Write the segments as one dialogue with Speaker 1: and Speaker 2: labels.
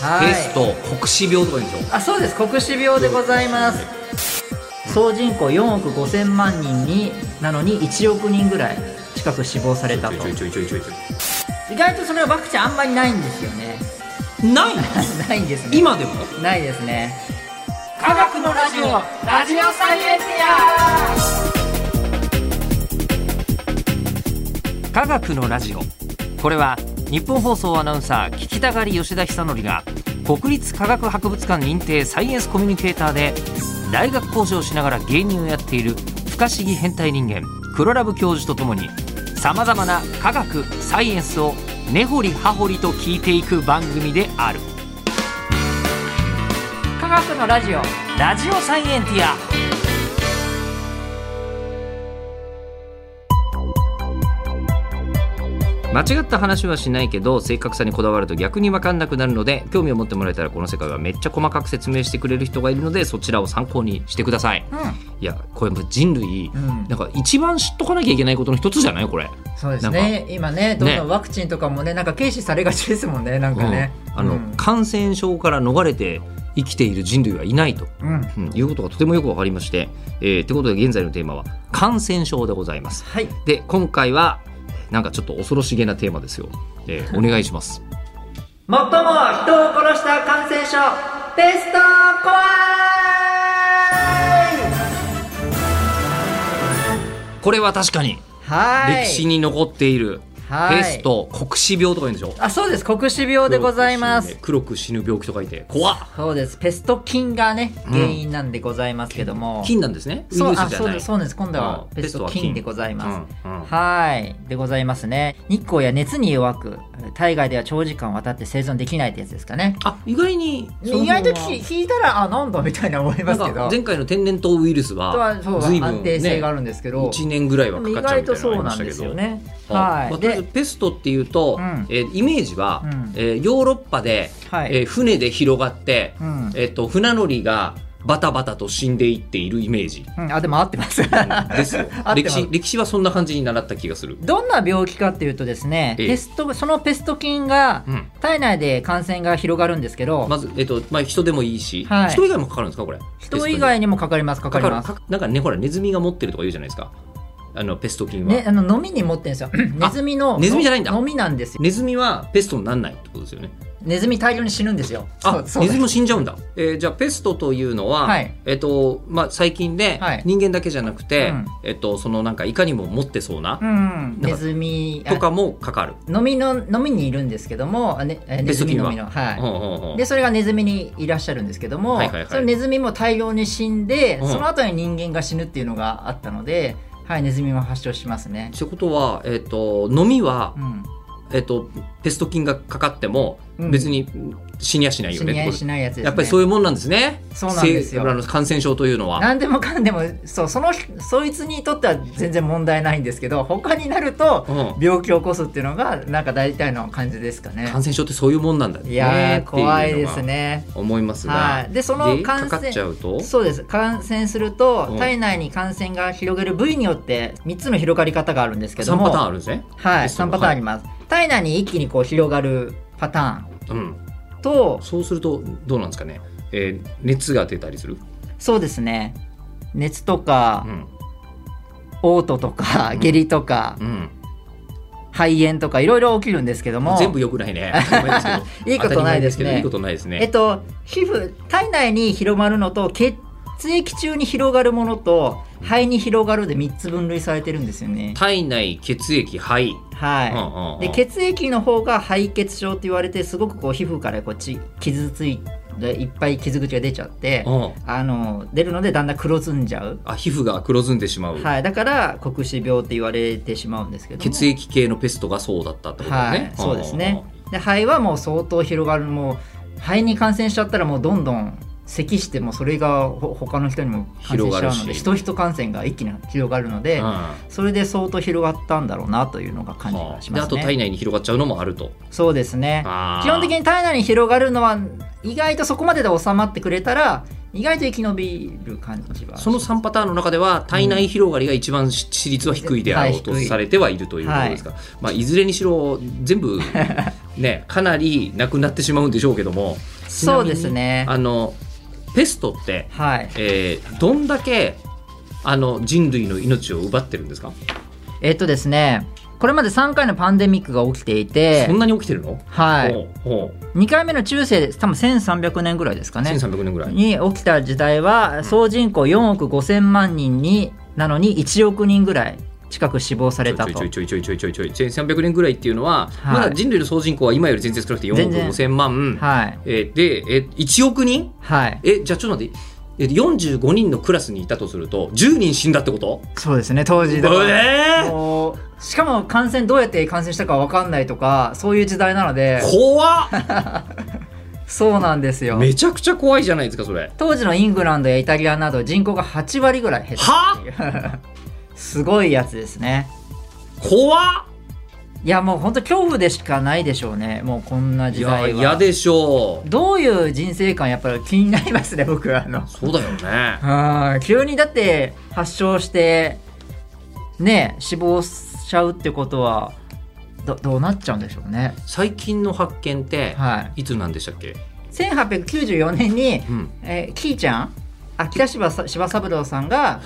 Speaker 1: はい
Speaker 2: ゲスト国士病とか言うんでしょ
Speaker 1: あそうです国死病でございます総人口4億5000万人になのに1億人ぐらい近く死亡されたと
Speaker 2: ちょいちょいちょいちょいちょ
Speaker 1: 意外とそれはワクチンあんまりないんですよね
Speaker 2: いないの
Speaker 1: ないんですね
Speaker 2: 今でも
Speaker 1: ないですね科学のラジオラジオサイエンテ
Speaker 3: 科学のラジオこれは日本放送アナウンサー聞きたがり吉田久典が国立科学博物館認定サイエンスコミュニケーターで大学講師をしながら芸人をやっている不可思議変態人間黒ラブ教授とともにさまざまな科学サイエンスを根掘り葉掘りと聞いていく番組である
Speaker 1: ィア科学のラジオ
Speaker 3: ラジオサイエンティア間違った話はしないけど正確さにこだわると逆に分かんなくなるので興味を持ってもらえたらこの世界はめっちゃ細かく説明してくれる人がいるのでそちらを参考にしてください、いやこれも人類、
Speaker 1: ん
Speaker 3: なんか一番知っとかなきゃいけないことの一つじゃないこれ
Speaker 1: そうです
Speaker 3: な
Speaker 1: ね今ねどん
Speaker 3: ね
Speaker 1: どんワクチンとかもねなんか軽視されがちですもんねなんかね、
Speaker 3: うんあ
Speaker 1: う
Speaker 3: の、
Speaker 1: ん
Speaker 3: 感染症から逃れて生きている人類はいないと
Speaker 1: うん
Speaker 3: うんいうことがとてもよくわかりまして、えー、ってことで現在のテーマは感染症でございます
Speaker 1: はい
Speaker 3: で今回はなんかちょっと恐ろしげなテーマですよ、え ー、お願いします
Speaker 1: 最も人を殺した感染症テスト怖い
Speaker 3: これは確かに
Speaker 1: はい
Speaker 3: 歴史に残っている
Speaker 1: はい
Speaker 3: ペスト黒死病とか言うんでしょ
Speaker 1: あそうです黒死病でございます
Speaker 3: 黒く死ぬ病気と書いて怖っ
Speaker 1: そうですペスト菌がね
Speaker 3: ん
Speaker 1: 原因なんでございますけども、
Speaker 3: 菌なんですねウイ
Speaker 1: そう
Speaker 3: ル
Speaker 1: あ
Speaker 3: スじゃ
Speaker 1: そう
Speaker 3: な
Speaker 1: で
Speaker 3: い
Speaker 1: すそうです今度は
Speaker 3: うん
Speaker 1: ペスト
Speaker 3: ペストは菌
Speaker 1: 菌でございます、
Speaker 3: うんうん
Speaker 1: はいでございますね日光や熱に弱く体外では長時間渡って生存できないってやつですかね
Speaker 3: あ意外に
Speaker 1: 意外と
Speaker 3: その
Speaker 1: 聞
Speaker 3: 辺は
Speaker 1: 聞いたらあなんだみたいな思いますけ
Speaker 3: なんか
Speaker 1: ど
Speaker 3: 前回の天然痘ウイルス
Speaker 1: と
Speaker 3: は
Speaker 1: はそう
Speaker 3: 随分
Speaker 1: 安定性があ
Speaker 3: ね
Speaker 1: るんですけど、
Speaker 3: 1年ぐらいはか
Speaker 1: 意
Speaker 3: かっちゃう
Speaker 1: 外
Speaker 3: みた
Speaker 1: と
Speaker 3: いなの
Speaker 1: そうな
Speaker 3: ありまし
Speaker 1: ん
Speaker 3: た
Speaker 1: で
Speaker 3: け
Speaker 1: す
Speaker 3: ど
Speaker 1: よね。
Speaker 3: は
Speaker 1: はい
Speaker 3: まあ
Speaker 1: い。
Speaker 3: とりあえず
Speaker 1: で、
Speaker 3: ペストっていうと、
Speaker 1: うん
Speaker 3: えーイメージは、
Speaker 1: うん
Speaker 3: えーヨーロッパで、
Speaker 1: はい
Speaker 3: えー船で広がって、
Speaker 1: うん
Speaker 3: えー、と船乗りがバタバタと死んでいっているイメージ
Speaker 1: うん、あ、でも合ってます。
Speaker 3: ですよ
Speaker 1: 合って
Speaker 3: 歴
Speaker 1: ます
Speaker 3: 史。歴史はそんな感じに習った気がする。
Speaker 1: どんな病気かっていうとですね、
Speaker 3: ええ
Speaker 1: ペスト、そのペスト菌が
Speaker 3: うん
Speaker 1: 体内で感染が広がるんですけど、
Speaker 3: まず、えっとまあ、人でもいいし、
Speaker 1: はい
Speaker 3: 人以外もかかるんですかこれ
Speaker 1: 人以外にもかかります、かか
Speaker 3: ペストに
Speaker 1: ります。
Speaker 3: かかるなんかねほらネズミが持ってるとか言うじゃないですかあのペスト菌は、
Speaker 1: ね、あの、飲みに持ってるんですよ。ネズミの。
Speaker 3: ネズミじゃないんだ
Speaker 1: 飲みなんですよ。
Speaker 3: ネズミはペストにならないってことですよね
Speaker 1: ネズミ大量に死ぬんですよ。
Speaker 3: あ
Speaker 1: そうそう
Speaker 3: ネズミも死んじゃうんだ、えーじゃあペストというのは、
Speaker 1: はい
Speaker 3: えっとまあ、細菌で
Speaker 1: はい
Speaker 3: 人間だけじゃなくて、
Speaker 1: うん
Speaker 3: えっと、そのなんかいかにも持ってそうな、
Speaker 1: うん。
Speaker 3: なん
Speaker 1: ネ
Speaker 3: か
Speaker 1: ズミ、
Speaker 3: とかもかかる、
Speaker 1: あ飲みの、飲みにいるんですけども、あね、えネ
Speaker 3: ペス
Speaker 1: ズ
Speaker 3: ト
Speaker 1: ミ
Speaker 3: 菌
Speaker 1: 飲
Speaker 3: は
Speaker 1: みの、はい。
Speaker 3: ほうほうほう
Speaker 1: でそれがネズミにいらっしゃるんですけども、
Speaker 3: はいはいはい
Speaker 1: そのネズミも大量に死んで、
Speaker 3: うん
Speaker 1: その後に人間が死ぬっていうのがあったので、はい、ネズミも発症しますね。
Speaker 3: ってことは、えっと、飲みは
Speaker 1: う、ん、
Speaker 3: えっと、ペスト菌がかかっても
Speaker 1: うん
Speaker 3: 別に死にやしないよ
Speaker 1: 死
Speaker 3: ねっ
Speaker 1: に
Speaker 3: て
Speaker 1: 合
Speaker 3: こ
Speaker 1: い
Speaker 3: と、
Speaker 1: しないやつですね。
Speaker 3: やっぱりそういうもんなんですね
Speaker 1: そうなんですよ
Speaker 3: せあの感染症というのは。
Speaker 1: 何でもかんでもそうそのそいつにとっては全然問題ないんですけど他になると
Speaker 3: うん
Speaker 1: 病気を起こすっていうのがなんか大体の感じですかね。
Speaker 3: 感染症ってそういうもんなんだね
Speaker 1: いやー
Speaker 3: ってうのが
Speaker 1: 怖いですね。
Speaker 3: 思いますが、
Speaker 1: はい、でその
Speaker 3: で
Speaker 1: 感染
Speaker 3: かかっちゃうと
Speaker 1: そうです感染すると
Speaker 3: うん
Speaker 1: 体内に感染が広げる部位によって3つの広がり方があるんですけど
Speaker 3: 3
Speaker 1: も
Speaker 3: パターンあるんですね。
Speaker 1: は
Speaker 3: で
Speaker 1: い、
Speaker 3: その
Speaker 1: 3パターンあります、体内に一気にこう広がるパタ
Speaker 3: うん
Speaker 1: ーンと
Speaker 3: そうするとどうなんですかね、えー熱が出たりする、
Speaker 1: そうですね熱とか
Speaker 3: う、ん
Speaker 1: 嘔吐とか、下痢とか、
Speaker 3: うん、
Speaker 1: 肺炎とかいろいろ起きるんですけども
Speaker 3: 全部よくないね当たり前ですけど
Speaker 1: いいことないですね
Speaker 3: 当たり前けどいいことないですね、
Speaker 1: えっと皮膚体内に広まるのと血液中に広がるものと肺に広がるで3つ分類されてるんですよね
Speaker 3: 体内血液肺、
Speaker 1: はい、
Speaker 3: うんうんうん
Speaker 1: で血液の方が肺血症って言われてすごくこう皮膚からこうち傷ついていっぱい傷口が出ちゃって、
Speaker 3: うん
Speaker 1: あの出るのでだんだん黒ずんじゃう、
Speaker 3: あ皮膚が黒ずんでしまう、
Speaker 1: はい、だから黒死病って言われてしまうんですけども
Speaker 3: 血液系のペストがそうだったってことだ
Speaker 1: は
Speaker 3: ね、
Speaker 1: い
Speaker 3: ん、
Speaker 1: そうですねで肺はもう相当広がるもう肺に感染しちゃったらもうどんどん咳してもそれがほ他の人にも感染しちゃう
Speaker 3: 広
Speaker 1: の
Speaker 3: がる
Speaker 1: で
Speaker 3: し
Speaker 1: 人人感染が一気に広がるの
Speaker 3: う
Speaker 1: で、
Speaker 3: んは
Speaker 1: それで相当広がったんだろうなというのが感じが
Speaker 3: あ
Speaker 1: し
Speaker 3: で
Speaker 1: ま
Speaker 3: あ
Speaker 1: す
Speaker 3: と体
Speaker 1: ね。
Speaker 3: 内に広がっちゃうのもあると
Speaker 1: そうですね
Speaker 3: あー
Speaker 1: 基本的に体内に広がるのは意外とそこまでで収まってくれたら意外と生き延びる感じは
Speaker 3: その3パターンの中では体内広がりが一番し致死率は低いであろうと
Speaker 1: はい低い
Speaker 3: されてはいるということですが、い まあ、いずれにしろ全部ねかなりなくなってしまうんでしょうけども、
Speaker 1: そうですね
Speaker 3: あのペストって、
Speaker 1: はい
Speaker 3: えーどんだけあの人類の命を奪ってるんですか、
Speaker 1: えっとですねこれまで3回のパンデミックが起きていて
Speaker 3: そんなに起きてるの
Speaker 1: はい
Speaker 3: ほうほう
Speaker 1: 2回目の中世です多分1300年ぐらいですかね
Speaker 3: 1300年ぐらい
Speaker 1: に起きた時代は総人口4億5000万人になのに1億人ぐらい近く死亡された
Speaker 3: ち
Speaker 1: と
Speaker 3: ょいちょいちょいちょいちょいちょいちょい1300年ぐらいっていうのは、
Speaker 1: はい
Speaker 3: まだ人類の総人口は今より全然少なくて4億
Speaker 1: 全然
Speaker 3: 5000万、
Speaker 1: はい
Speaker 3: えーで、えー1億人
Speaker 1: はい
Speaker 3: えじゃあちょっと待ってえー45人のクラスにいたとすると10人死んだってこと
Speaker 1: そうですね当時だから
Speaker 3: えー
Speaker 1: もうしかも感染どうやって感染したか分かんないとかそういう時代なので
Speaker 3: 怖っ
Speaker 1: そうなんですよ
Speaker 3: めちゃくちゃ怖いじゃないですかそれ
Speaker 1: 当時のイングランドやイタリアなど人口が8割ぐらい減ったっていうすごいやつですね
Speaker 3: 怖っ
Speaker 1: いやもう本当恐怖でしかないでしょうねもうこんない時代
Speaker 3: や
Speaker 1: は
Speaker 3: 嫌でしょう
Speaker 1: どういう人生観やっぱり気になりますね 僕あの
Speaker 3: そうだよね
Speaker 1: うん急にだって発症してね死亡しちゃうってことはどどうなっちゃうんでしょうね
Speaker 3: 最近の発見って、、
Speaker 1: はい
Speaker 3: つなんでしたっけ
Speaker 1: 1894年に、
Speaker 3: うん
Speaker 1: えーキーちゃん秋田柴さ柴三郎さんが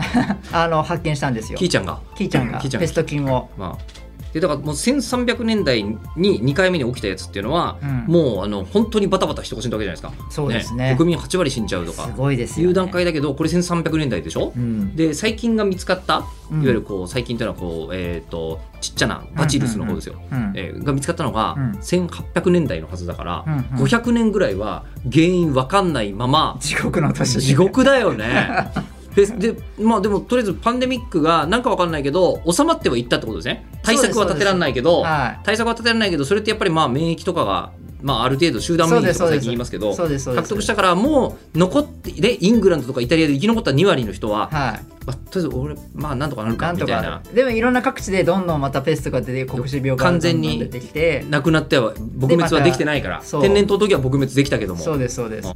Speaker 1: あの発見したんですよ
Speaker 3: キーちゃんが
Speaker 1: キーちゃんが
Speaker 3: キーちゃん
Speaker 1: ペスト菌を
Speaker 3: まあでだからもう1300年代に2回目に起きたやつっていうのは、
Speaker 1: うん
Speaker 3: もうあの本当にバタバタ人が死んだわけじゃないですか
Speaker 1: そうですね
Speaker 3: 国民8割死んじゃうと
Speaker 1: す
Speaker 3: か
Speaker 1: ごいです
Speaker 3: い
Speaker 1: よ、ね、
Speaker 3: う段階だけどこれ1300年代でしょ、
Speaker 1: うん
Speaker 3: で細菌が見つかったいわ
Speaker 1: うん
Speaker 3: ゆるこう細菌というのはこう、えー、とちっちゃなバチルスの方ですよ、
Speaker 1: うん
Speaker 3: えーが見つかったのが
Speaker 1: うん
Speaker 3: 1800年代のはずだから、
Speaker 1: うんうん
Speaker 3: 500年ぐらいは原因わかんないまま
Speaker 1: 地獄の年
Speaker 3: 地獄だ よね。ででまあ、でもとりあえずパンデミックがなんかわかんないけど収まってはいったってことですね対策は立てられないけど、
Speaker 1: はい
Speaker 3: 対策は立てられないけどそれってやっぱりまあ免疫とかが、まあ、ある程度集団免疫とか
Speaker 1: そう
Speaker 3: 最
Speaker 1: です
Speaker 3: 近言いますけど
Speaker 1: そうですそうです
Speaker 3: 獲得したからもう残ってでイングランドとかイタリアで生き残った2割の人は、
Speaker 1: はい
Speaker 3: まあ、とりあえず俺まあなんとかなる
Speaker 1: な
Speaker 3: か
Speaker 1: ん
Speaker 3: み
Speaker 1: と
Speaker 3: たい
Speaker 1: か
Speaker 3: な
Speaker 1: でもいろんな各地でどんどんまたペストが出て黒死病がどんどん出てきて
Speaker 3: なくなっては撲滅はできてないから、
Speaker 1: またそう
Speaker 3: 天然痘の時は撲滅できたけども
Speaker 1: そうですそうです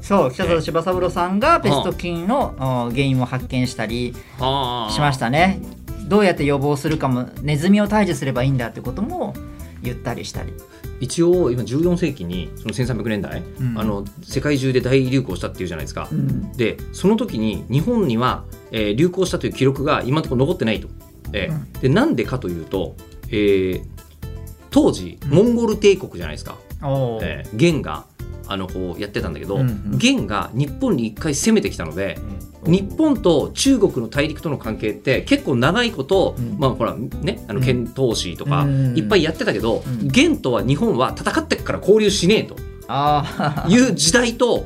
Speaker 1: そう北里柴三郎さんがペスト菌のお原因を発見したり
Speaker 3: あー
Speaker 1: しましたねどうやって予防するかもネズミを退治すればいいんだってことも言ったりしたり
Speaker 3: 一応今14世紀にその1300年代、
Speaker 1: うん
Speaker 3: あの世界中で大流行したっていうじゃないですか、
Speaker 1: ん
Speaker 3: でその時に日本には、えー流行したという記録が今のところ残ってないと、えーでなんでかというと、えー当時モンゴル帝国じゃないですか、
Speaker 1: おー
Speaker 3: えー元があのこうやってたんだけど、
Speaker 1: うんうん
Speaker 3: 元が日本に一回攻めてきたので、日本と中国の大陸との関係って結構長いこと、
Speaker 1: うん
Speaker 3: まあほらねあの遣唐使とか
Speaker 1: うん
Speaker 3: いっぱいやってたけど、
Speaker 1: うん
Speaker 3: 元とは日本は戦ってっから交流しねえと
Speaker 1: あー
Speaker 3: いう時代と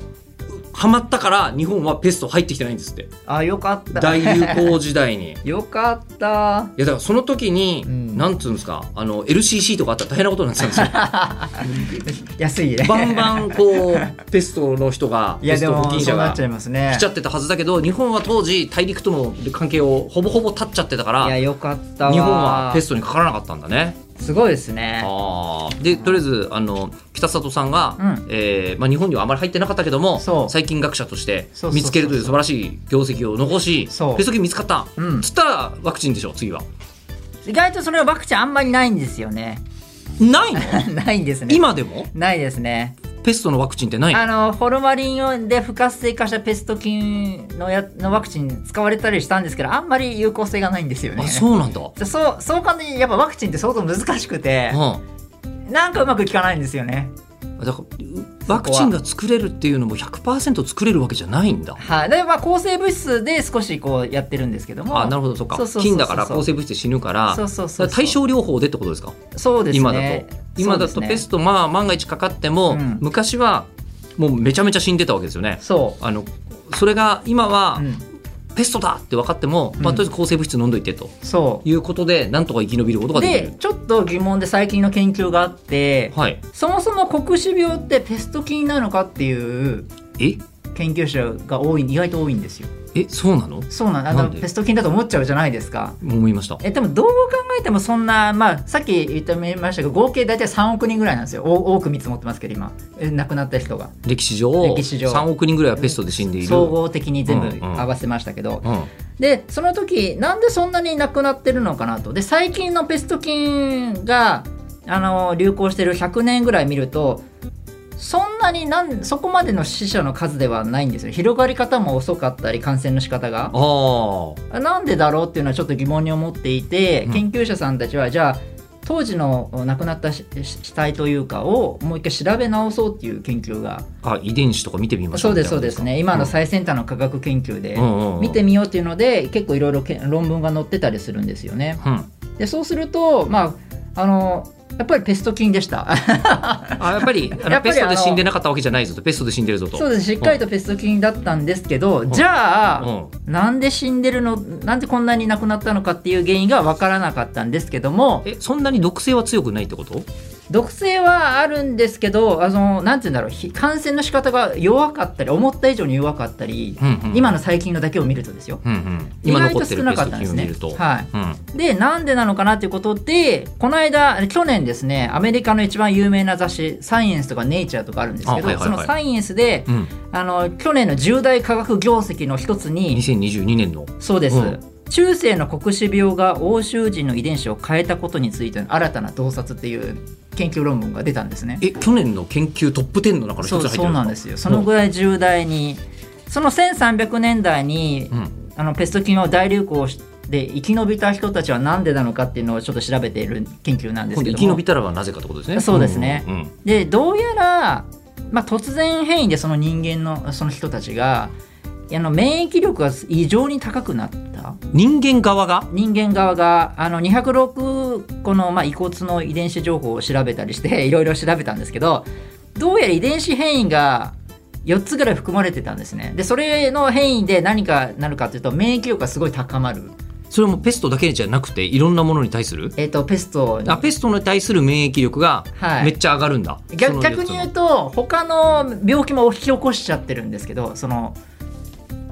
Speaker 3: ハマったから日本はペスト入ってきてないんですって
Speaker 1: あよかった
Speaker 3: 大流行時代に。
Speaker 1: よかった
Speaker 3: いやだからその時に、
Speaker 1: うん
Speaker 3: なんつうんですかあの LCC とかあったら大変なことになってたんです よ。
Speaker 1: 安いね
Speaker 3: バンバンこうペストの人が
Speaker 1: い
Speaker 3: ペ
Speaker 1: や
Speaker 3: ス
Speaker 1: で
Speaker 3: ト
Speaker 1: も
Speaker 3: 保菌
Speaker 1: そ
Speaker 3: 者
Speaker 1: うな
Speaker 3: が
Speaker 1: っちゃいますね
Speaker 3: 来ちゃってたはずだけど日本は当時大陸との関係をほぼほぼ断っちゃってたか
Speaker 1: いや
Speaker 3: ら
Speaker 1: よかったわ
Speaker 3: 日本はペストにかからなかったんだね。
Speaker 1: すごいですね
Speaker 3: あーでとりあえずあの北里さんが、
Speaker 1: うん
Speaker 3: えーまあ、日本にはあまり入ってなかったけども
Speaker 1: そう
Speaker 3: 細菌学者として
Speaker 1: そうそうそうそう
Speaker 3: 見つけるという素晴らしい業績を残し
Speaker 1: そう
Speaker 3: ペスト菌見つかった、
Speaker 1: うん
Speaker 3: つったらワクチンでしょ次は。
Speaker 1: 意外とそれはワクチンあんまりないんですよね
Speaker 3: ないの
Speaker 1: ないんですね
Speaker 3: 今でも
Speaker 1: ないですね
Speaker 3: ペストのワクチンってないの
Speaker 1: あのホルマリンをで不活性化したペスト菌のやのワクチン使われたりしたんですけどあんまり有効性がないんですよね
Speaker 3: あそうなんだ。う
Speaker 1: じゃそうそう簡単にやっぱワクチンって相当難しくて
Speaker 3: ん
Speaker 1: なんかうまく効かないんですよね
Speaker 3: だからワクチンが作れるっていうのも100%作れるわけじゃないんだ。
Speaker 1: はい、でまあ抗生物質で少しこうやってるんですけども
Speaker 3: あなるほどそうか
Speaker 1: そうそうそうそう
Speaker 3: 菌だから抗生物質で死ぬから
Speaker 1: そうそうそうそう
Speaker 3: 対症療法でってことですか
Speaker 1: そうですね
Speaker 3: 今だと今だとペス
Speaker 1: ト
Speaker 3: ト、まあ万が一かかっても、
Speaker 1: うん
Speaker 3: 昔はもうめちゃめちゃ死んでたわけですよね
Speaker 1: そ
Speaker 3: あのそれが今は
Speaker 1: う、、うん、
Speaker 3: ペストだって分かっても、ま
Speaker 1: う
Speaker 3: あ、
Speaker 1: ん
Speaker 3: とりあえず抗生物質飲んどいてと
Speaker 1: そ
Speaker 3: いうことでなんとか生き延びること
Speaker 1: う
Speaker 3: ができ
Speaker 1: で
Speaker 3: る
Speaker 1: ちょっと疑問で最近の研究があって、
Speaker 3: はい
Speaker 1: そもそも黒死病ってペスト菌なのかっていう
Speaker 3: え
Speaker 1: 研究者が多い意外と多いんですよ
Speaker 3: えそうなの
Speaker 1: そうなんあ
Speaker 3: な
Speaker 1: の
Speaker 3: んで
Speaker 1: ペスト菌だと思っちゃうじゃないですか
Speaker 3: 思いました
Speaker 1: えでもどう考えてもそんな、まあ、さっき言ってみましたけど合計大体3億人ぐらいなんですよお多く見積もってますけど今え亡くなった人が
Speaker 3: 歴史上
Speaker 1: 歴史上
Speaker 3: 3億人ぐらいはペストで死んでいる
Speaker 1: 総合的に全部
Speaker 3: うんうん
Speaker 1: 合わせましたけど、
Speaker 3: うん、
Speaker 1: でその時なんでそんなに亡くなってるのかなとで最近のペスト菌があの流行してる100年ぐらい見るとそんなになんそこまでの死者の数ではないんですよ広がり方も遅かったり感染の仕方が
Speaker 3: ああ
Speaker 1: なんでだろうっていうのはちょっと疑問に思っていて、
Speaker 3: うん
Speaker 1: 研究者さんたちはじゃあ当時の亡くなったしし死体というかをもう一回調べ直そうっていう研究が
Speaker 3: あ遺伝子とか見てみまし
Speaker 1: そ
Speaker 3: ょ
Speaker 1: う
Speaker 3: う
Speaker 1: ですそう
Speaker 3: みたいなこと
Speaker 1: ですね今の
Speaker 3: か
Speaker 1: 最先端の科学研究で
Speaker 3: うんうんうん
Speaker 1: 見てみようっていうので結構いろいろけ論文が載ってたりするんですよね。
Speaker 3: うん
Speaker 1: でそうするとまああのやっぱりペスト菌でした。
Speaker 3: あやっぱり
Speaker 1: や
Speaker 3: あの
Speaker 1: っぱり
Speaker 3: ペストで
Speaker 1: あの
Speaker 3: 死んでなかったわけじゃないぞとペストで死んでるぞ と
Speaker 1: そうですしっかりとペスト菌だったんですけどじゃあ、
Speaker 3: うん
Speaker 1: なんで死んでるのなんでこんなに亡くなったのかっていう原因が分からなかったんですけども
Speaker 3: えそんなに毒性は強くないってこと
Speaker 1: 毒性はあるんですけどあのなんて言うんだろうひ感染の仕方が弱かったり思った以上に弱かったり、
Speaker 3: うんうん
Speaker 1: 今の細菌のだけを見るとですよ
Speaker 3: うんうん
Speaker 1: 意
Speaker 3: 今
Speaker 1: 外
Speaker 3: 残
Speaker 1: と
Speaker 3: って
Speaker 1: 少
Speaker 3: る
Speaker 1: な
Speaker 3: ペ
Speaker 1: か
Speaker 3: ス
Speaker 1: っ
Speaker 3: ト
Speaker 1: たんです
Speaker 3: 菌を
Speaker 1: ね
Speaker 3: 見ると
Speaker 1: はい
Speaker 3: うん
Speaker 1: でなんでなのかなということでこの間去年ですねアメリカの一番有名な雑誌「サイエンス」とか「ネイチャー」とかあるんですけど、
Speaker 3: あはいはいはい
Speaker 1: その「サイエンスで」
Speaker 3: うん
Speaker 1: あの去年の重大科学業績の一つに
Speaker 3: 2022年の
Speaker 1: そうです、
Speaker 3: うん
Speaker 1: 中世の黒死病が欧州人の遺伝子を変えたことについての新たな洞察っていう研究論文が出たんですね。
Speaker 3: え去年の研究トップ10の中の一つ
Speaker 1: そう
Speaker 3: 入ってる
Speaker 1: そうなんですよそのぐらい重大に、その1300年代に
Speaker 3: うんうん
Speaker 1: あのペスト菌を大流行しで生き延びた人たちは何でなのかっていうのをちょっと調べている研究なんです
Speaker 3: 今
Speaker 1: け
Speaker 3: 度
Speaker 1: ど
Speaker 3: 生
Speaker 1: も
Speaker 3: き延びたらはなぜかってことですね
Speaker 1: そうですね
Speaker 3: うんうんうん
Speaker 1: でどうやら、まあ、突然変異でその人間のその人たちがあの免疫力が異常に高くなった
Speaker 3: 人間側が
Speaker 1: 人間側があの206個の、まあ、遺骨の遺伝子情報を調べたりして いろいろ調べたんですけどどうやら遺伝子変異が4つぐらい含まれてたんですねでそれの変異で何かなるかというと免疫力がすごい高まる、
Speaker 3: それもペストだけじゃなくていろんなものに対する
Speaker 1: えっとペストに
Speaker 3: あペストに対する免疫力が
Speaker 1: はい
Speaker 3: めっちゃ上がるんだ、
Speaker 1: 逆逆に言うと他の病気も引き起こしちゃってるんですけどその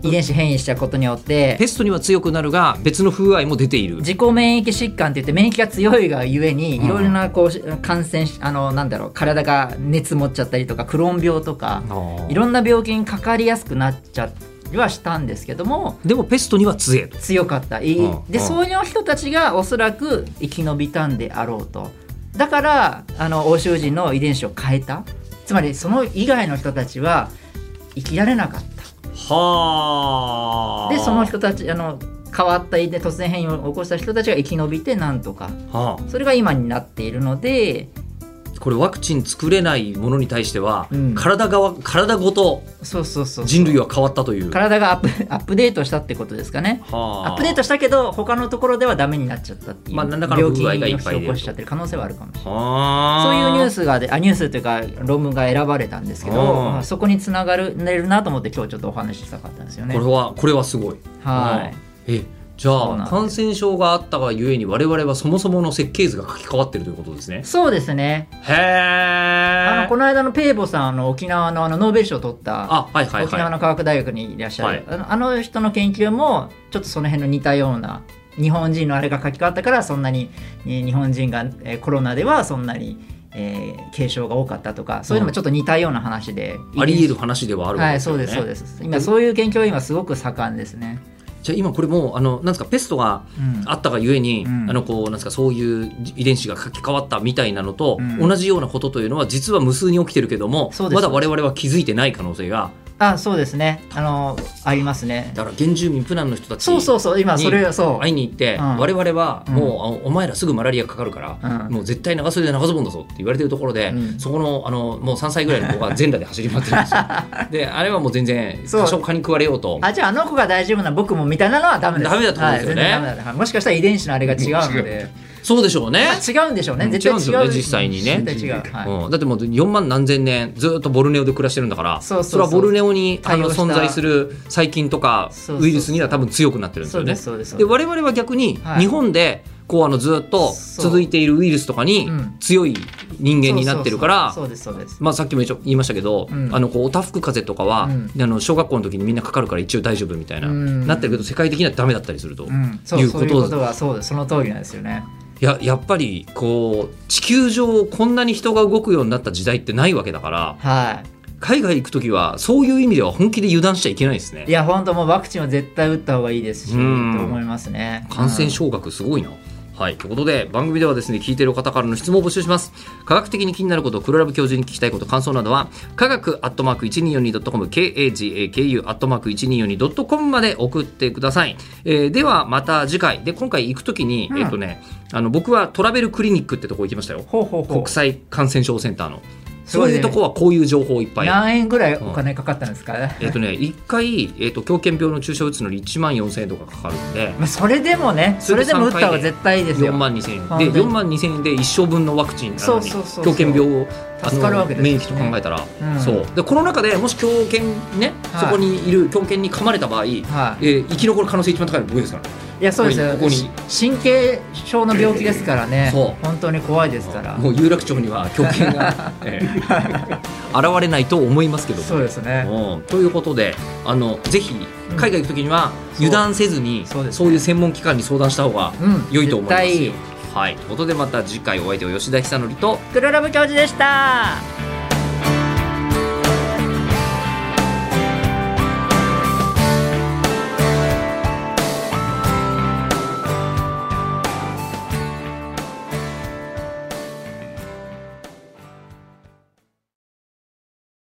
Speaker 1: 遺伝子変異したことによって
Speaker 3: ペストには強くなるが別の風合いも出ている
Speaker 1: 自己免疫疾患って言って免疫が強いがゆえに
Speaker 3: うん
Speaker 1: いろいろなこうし感染しあのなんだろう体が熱持っちゃったりとかクローン病とか
Speaker 3: あー
Speaker 1: いろんな病気にかかりやすくなっちゃりはしたんですけども
Speaker 3: でもペストには強えと
Speaker 1: 強かったい
Speaker 3: うん
Speaker 1: で
Speaker 3: うん
Speaker 1: そういう人たちがおそらく生き延びたんであろうとだからあの欧州人の遺伝子を変えたつまりその以外の人たちは生きられなかった
Speaker 3: は
Speaker 1: でその人たちあの変わった遺伝突然変異を起こした人たちが生き延びてなんとか
Speaker 3: は
Speaker 1: それが今になっているので
Speaker 3: あこれワクチン作れないものに対しては、
Speaker 1: うん
Speaker 3: 体側体ごと
Speaker 1: そうそうそう
Speaker 3: 人類は変わったという
Speaker 1: 体がアップアップデートしたってことですかね
Speaker 3: はあ
Speaker 1: アップデートしたけど他のところではダメになっちゃったっていう、
Speaker 3: まあ何らかの
Speaker 1: 病気
Speaker 3: 不具合がい
Speaker 1: を引
Speaker 3: っ
Speaker 1: き
Speaker 3: ぱい出ると
Speaker 1: 起こしちゃってる可能性はあるかもしれない
Speaker 3: はあ
Speaker 1: そういうニュースがであニュースというか論文が選ばれたんですけど、
Speaker 3: うん
Speaker 1: まあそこにつながるねるなと思って今日ちょっとお話ししたかったんですよね
Speaker 3: これ。はこれはすごい
Speaker 1: は
Speaker 3: うんえじ
Speaker 1: そう
Speaker 3: ゃ
Speaker 1: なんで
Speaker 3: あ
Speaker 1: す
Speaker 3: 感染症があったがゆえに我々はそもそもの設計図が書き換わってるということですね
Speaker 1: い。そうですね。
Speaker 3: へえ
Speaker 1: あの
Speaker 3: あ
Speaker 1: この間のペーボさんあの沖縄のあのノーベル賞を取った
Speaker 3: はいはい
Speaker 1: 沖縄
Speaker 3: は
Speaker 1: の科学大学にいらっしゃる、
Speaker 3: はい
Speaker 1: あのあの人の研究もちょっとその辺の似たような日本人のあれが書き換わったからそんなに、えー日本人が、えーコロナではそんなに、えー軽症が多かったとかそういうのもちょっと似たような話で、
Speaker 3: いあり得る話ではあるわ
Speaker 1: は
Speaker 3: け
Speaker 1: い
Speaker 3: です
Speaker 1: そ
Speaker 3: よ
Speaker 1: う
Speaker 3: ね、
Speaker 1: ですそうです今そういう研究は今すごく盛んですね、
Speaker 3: じゃあ今これもうあのなんですかペストが
Speaker 1: うん、
Speaker 3: あったがゆえに、
Speaker 1: うん
Speaker 3: あのこうなんですかそういう遺伝子が書き換わったみたいなのと、
Speaker 1: うん
Speaker 3: 同じようなことというのは実は無数に起きてるけども
Speaker 1: そうです
Speaker 3: まだ我々は気づいてない可能性が
Speaker 1: あそうですねあのありますね
Speaker 3: だから原住民プナンの人たち
Speaker 1: そうそうそう今それそう
Speaker 3: 会いに行って、
Speaker 1: うん
Speaker 3: 我々は
Speaker 1: うん
Speaker 3: もう、あのお前らすぐマラリアかかるから、
Speaker 1: うん
Speaker 3: もう絶対長袖で長ズボンだぞって言われてるところで、
Speaker 1: うん
Speaker 3: そこのあのもう3歳ぐらいの子が全裸で走り回ってるん ですよであれはもう全然
Speaker 1: そう
Speaker 3: 多少蚊に食われようと
Speaker 1: あじゃああの子が大丈夫な僕もみたいなのはダメです
Speaker 3: ダメだと思うんですよね
Speaker 1: はい全然ダメだはいもしかしたら遺伝子のあれ が違うので
Speaker 3: そうでしょうね
Speaker 1: まあ違うんでしょうね
Speaker 3: うん
Speaker 1: 絶対違う
Speaker 3: 違うんですよね実際にね
Speaker 1: 絶対違う、はい
Speaker 3: うん、だってもう4万何千年ずっとボルネオで暮らしてるんだから
Speaker 1: そうそうそう
Speaker 3: れはボルネオにあ
Speaker 1: 対応
Speaker 3: の
Speaker 1: した
Speaker 3: 存在する細菌とか
Speaker 1: そうそうそう
Speaker 3: ウイルスには多分強くなってるんです
Speaker 1: そ
Speaker 3: よ
Speaker 1: うで
Speaker 3: ね。
Speaker 1: すそうです
Speaker 3: で我々は逆に
Speaker 1: はい
Speaker 3: 日本でこうあのずっと続いているウイルスとかに
Speaker 1: うん
Speaker 3: 強い人間になってるから。
Speaker 1: そうそうそうそうですそうです
Speaker 3: まあ、さっきも一応言いましたけど、
Speaker 1: うん
Speaker 3: あのこうおたふく風邪とかは、
Speaker 1: うん
Speaker 3: あの小学校の時にみんなかかるから一応大丈夫みたいな、
Speaker 1: うん
Speaker 3: なってるけど世界的にはダメだったりすると、
Speaker 1: うんそう
Speaker 3: い
Speaker 1: いうう
Speaker 3: こ
Speaker 1: ことということはそうですその通りなんですよね
Speaker 3: いややっぱりこう地球上こんなに人が動くようになった時代ってないわけだから
Speaker 1: は
Speaker 3: 海外行く時はそういう意味では本気で油断しちゃいけないですね
Speaker 1: いいや本当もうワクチンは絶対打った方がいいですしと
Speaker 3: うん
Speaker 1: 思いますね
Speaker 3: 感染症学すごいな、はい、ということで番組ではですね聞いてる方からの質問を募集します科学的に気になること黒ラブ教授に聞きたいこと感想などは科学アットマーク 1242.com kagaku アットマーク 1242.com まで送ってください、えーではまた次回で今回行くときに、
Speaker 1: うん
Speaker 3: えっとねあの僕はトラベルクリニックってとこ行きましたよ
Speaker 1: ほうほうほう
Speaker 3: 国際感染症センターの
Speaker 1: すご
Speaker 3: そ
Speaker 1: いうね
Speaker 3: いうとこはこういう情報いっぱい
Speaker 1: 何円ぐらいお金かかったんですか、
Speaker 3: えっとね、1回、えっと狂犬病の注射を打つのに1万4000円とかかかるんで
Speaker 1: まあ、それでもねそれでも打った方が絶対いいです
Speaker 3: 4
Speaker 1: よ
Speaker 3: 万2000円
Speaker 1: あ
Speaker 3: で
Speaker 1: で
Speaker 3: 4万2000円で一生分のワクチンな
Speaker 1: そ
Speaker 3: の
Speaker 1: う
Speaker 3: に
Speaker 1: そうそうそう
Speaker 3: 狂犬病をあ
Speaker 1: 助かるわけです
Speaker 3: 免
Speaker 1: よ
Speaker 3: 疫と考えたら、
Speaker 1: うん
Speaker 3: そうでこの中でもし狂犬ね、
Speaker 1: はい
Speaker 3: そこにいる狂犬に噛まれた場合、
Speaker 1: はい
Speaker 3: えー生き残る可能性一番高いのは僕ですからね
Speaker 1: いやそうですよ
Speaker 3: ここに
Speaker 1: 神経症の病気ですからね
Speaker 3: そう
Speaker 1: 本当に怖いですから
Speaker 3: もう有楽町には狂犬 が、えー現れないと思いますけども
Speaker 1: そうですね
Speaker 3: うんということであのぜひ海外行く時には
Speaker 1: うん
Speaker 3: 油断せずに、
Speaker 1: そうそうですね
Speaker 3: そういう専門機関に相談した方が
Speaker 1: うん
Speaker 3: 良いと思いますよ。
Speaker 1: 絶対いい
Speaker 3: はい、ということでまた次回お相手を吉田久典と
Speaker 1: 黒ラブ教授でした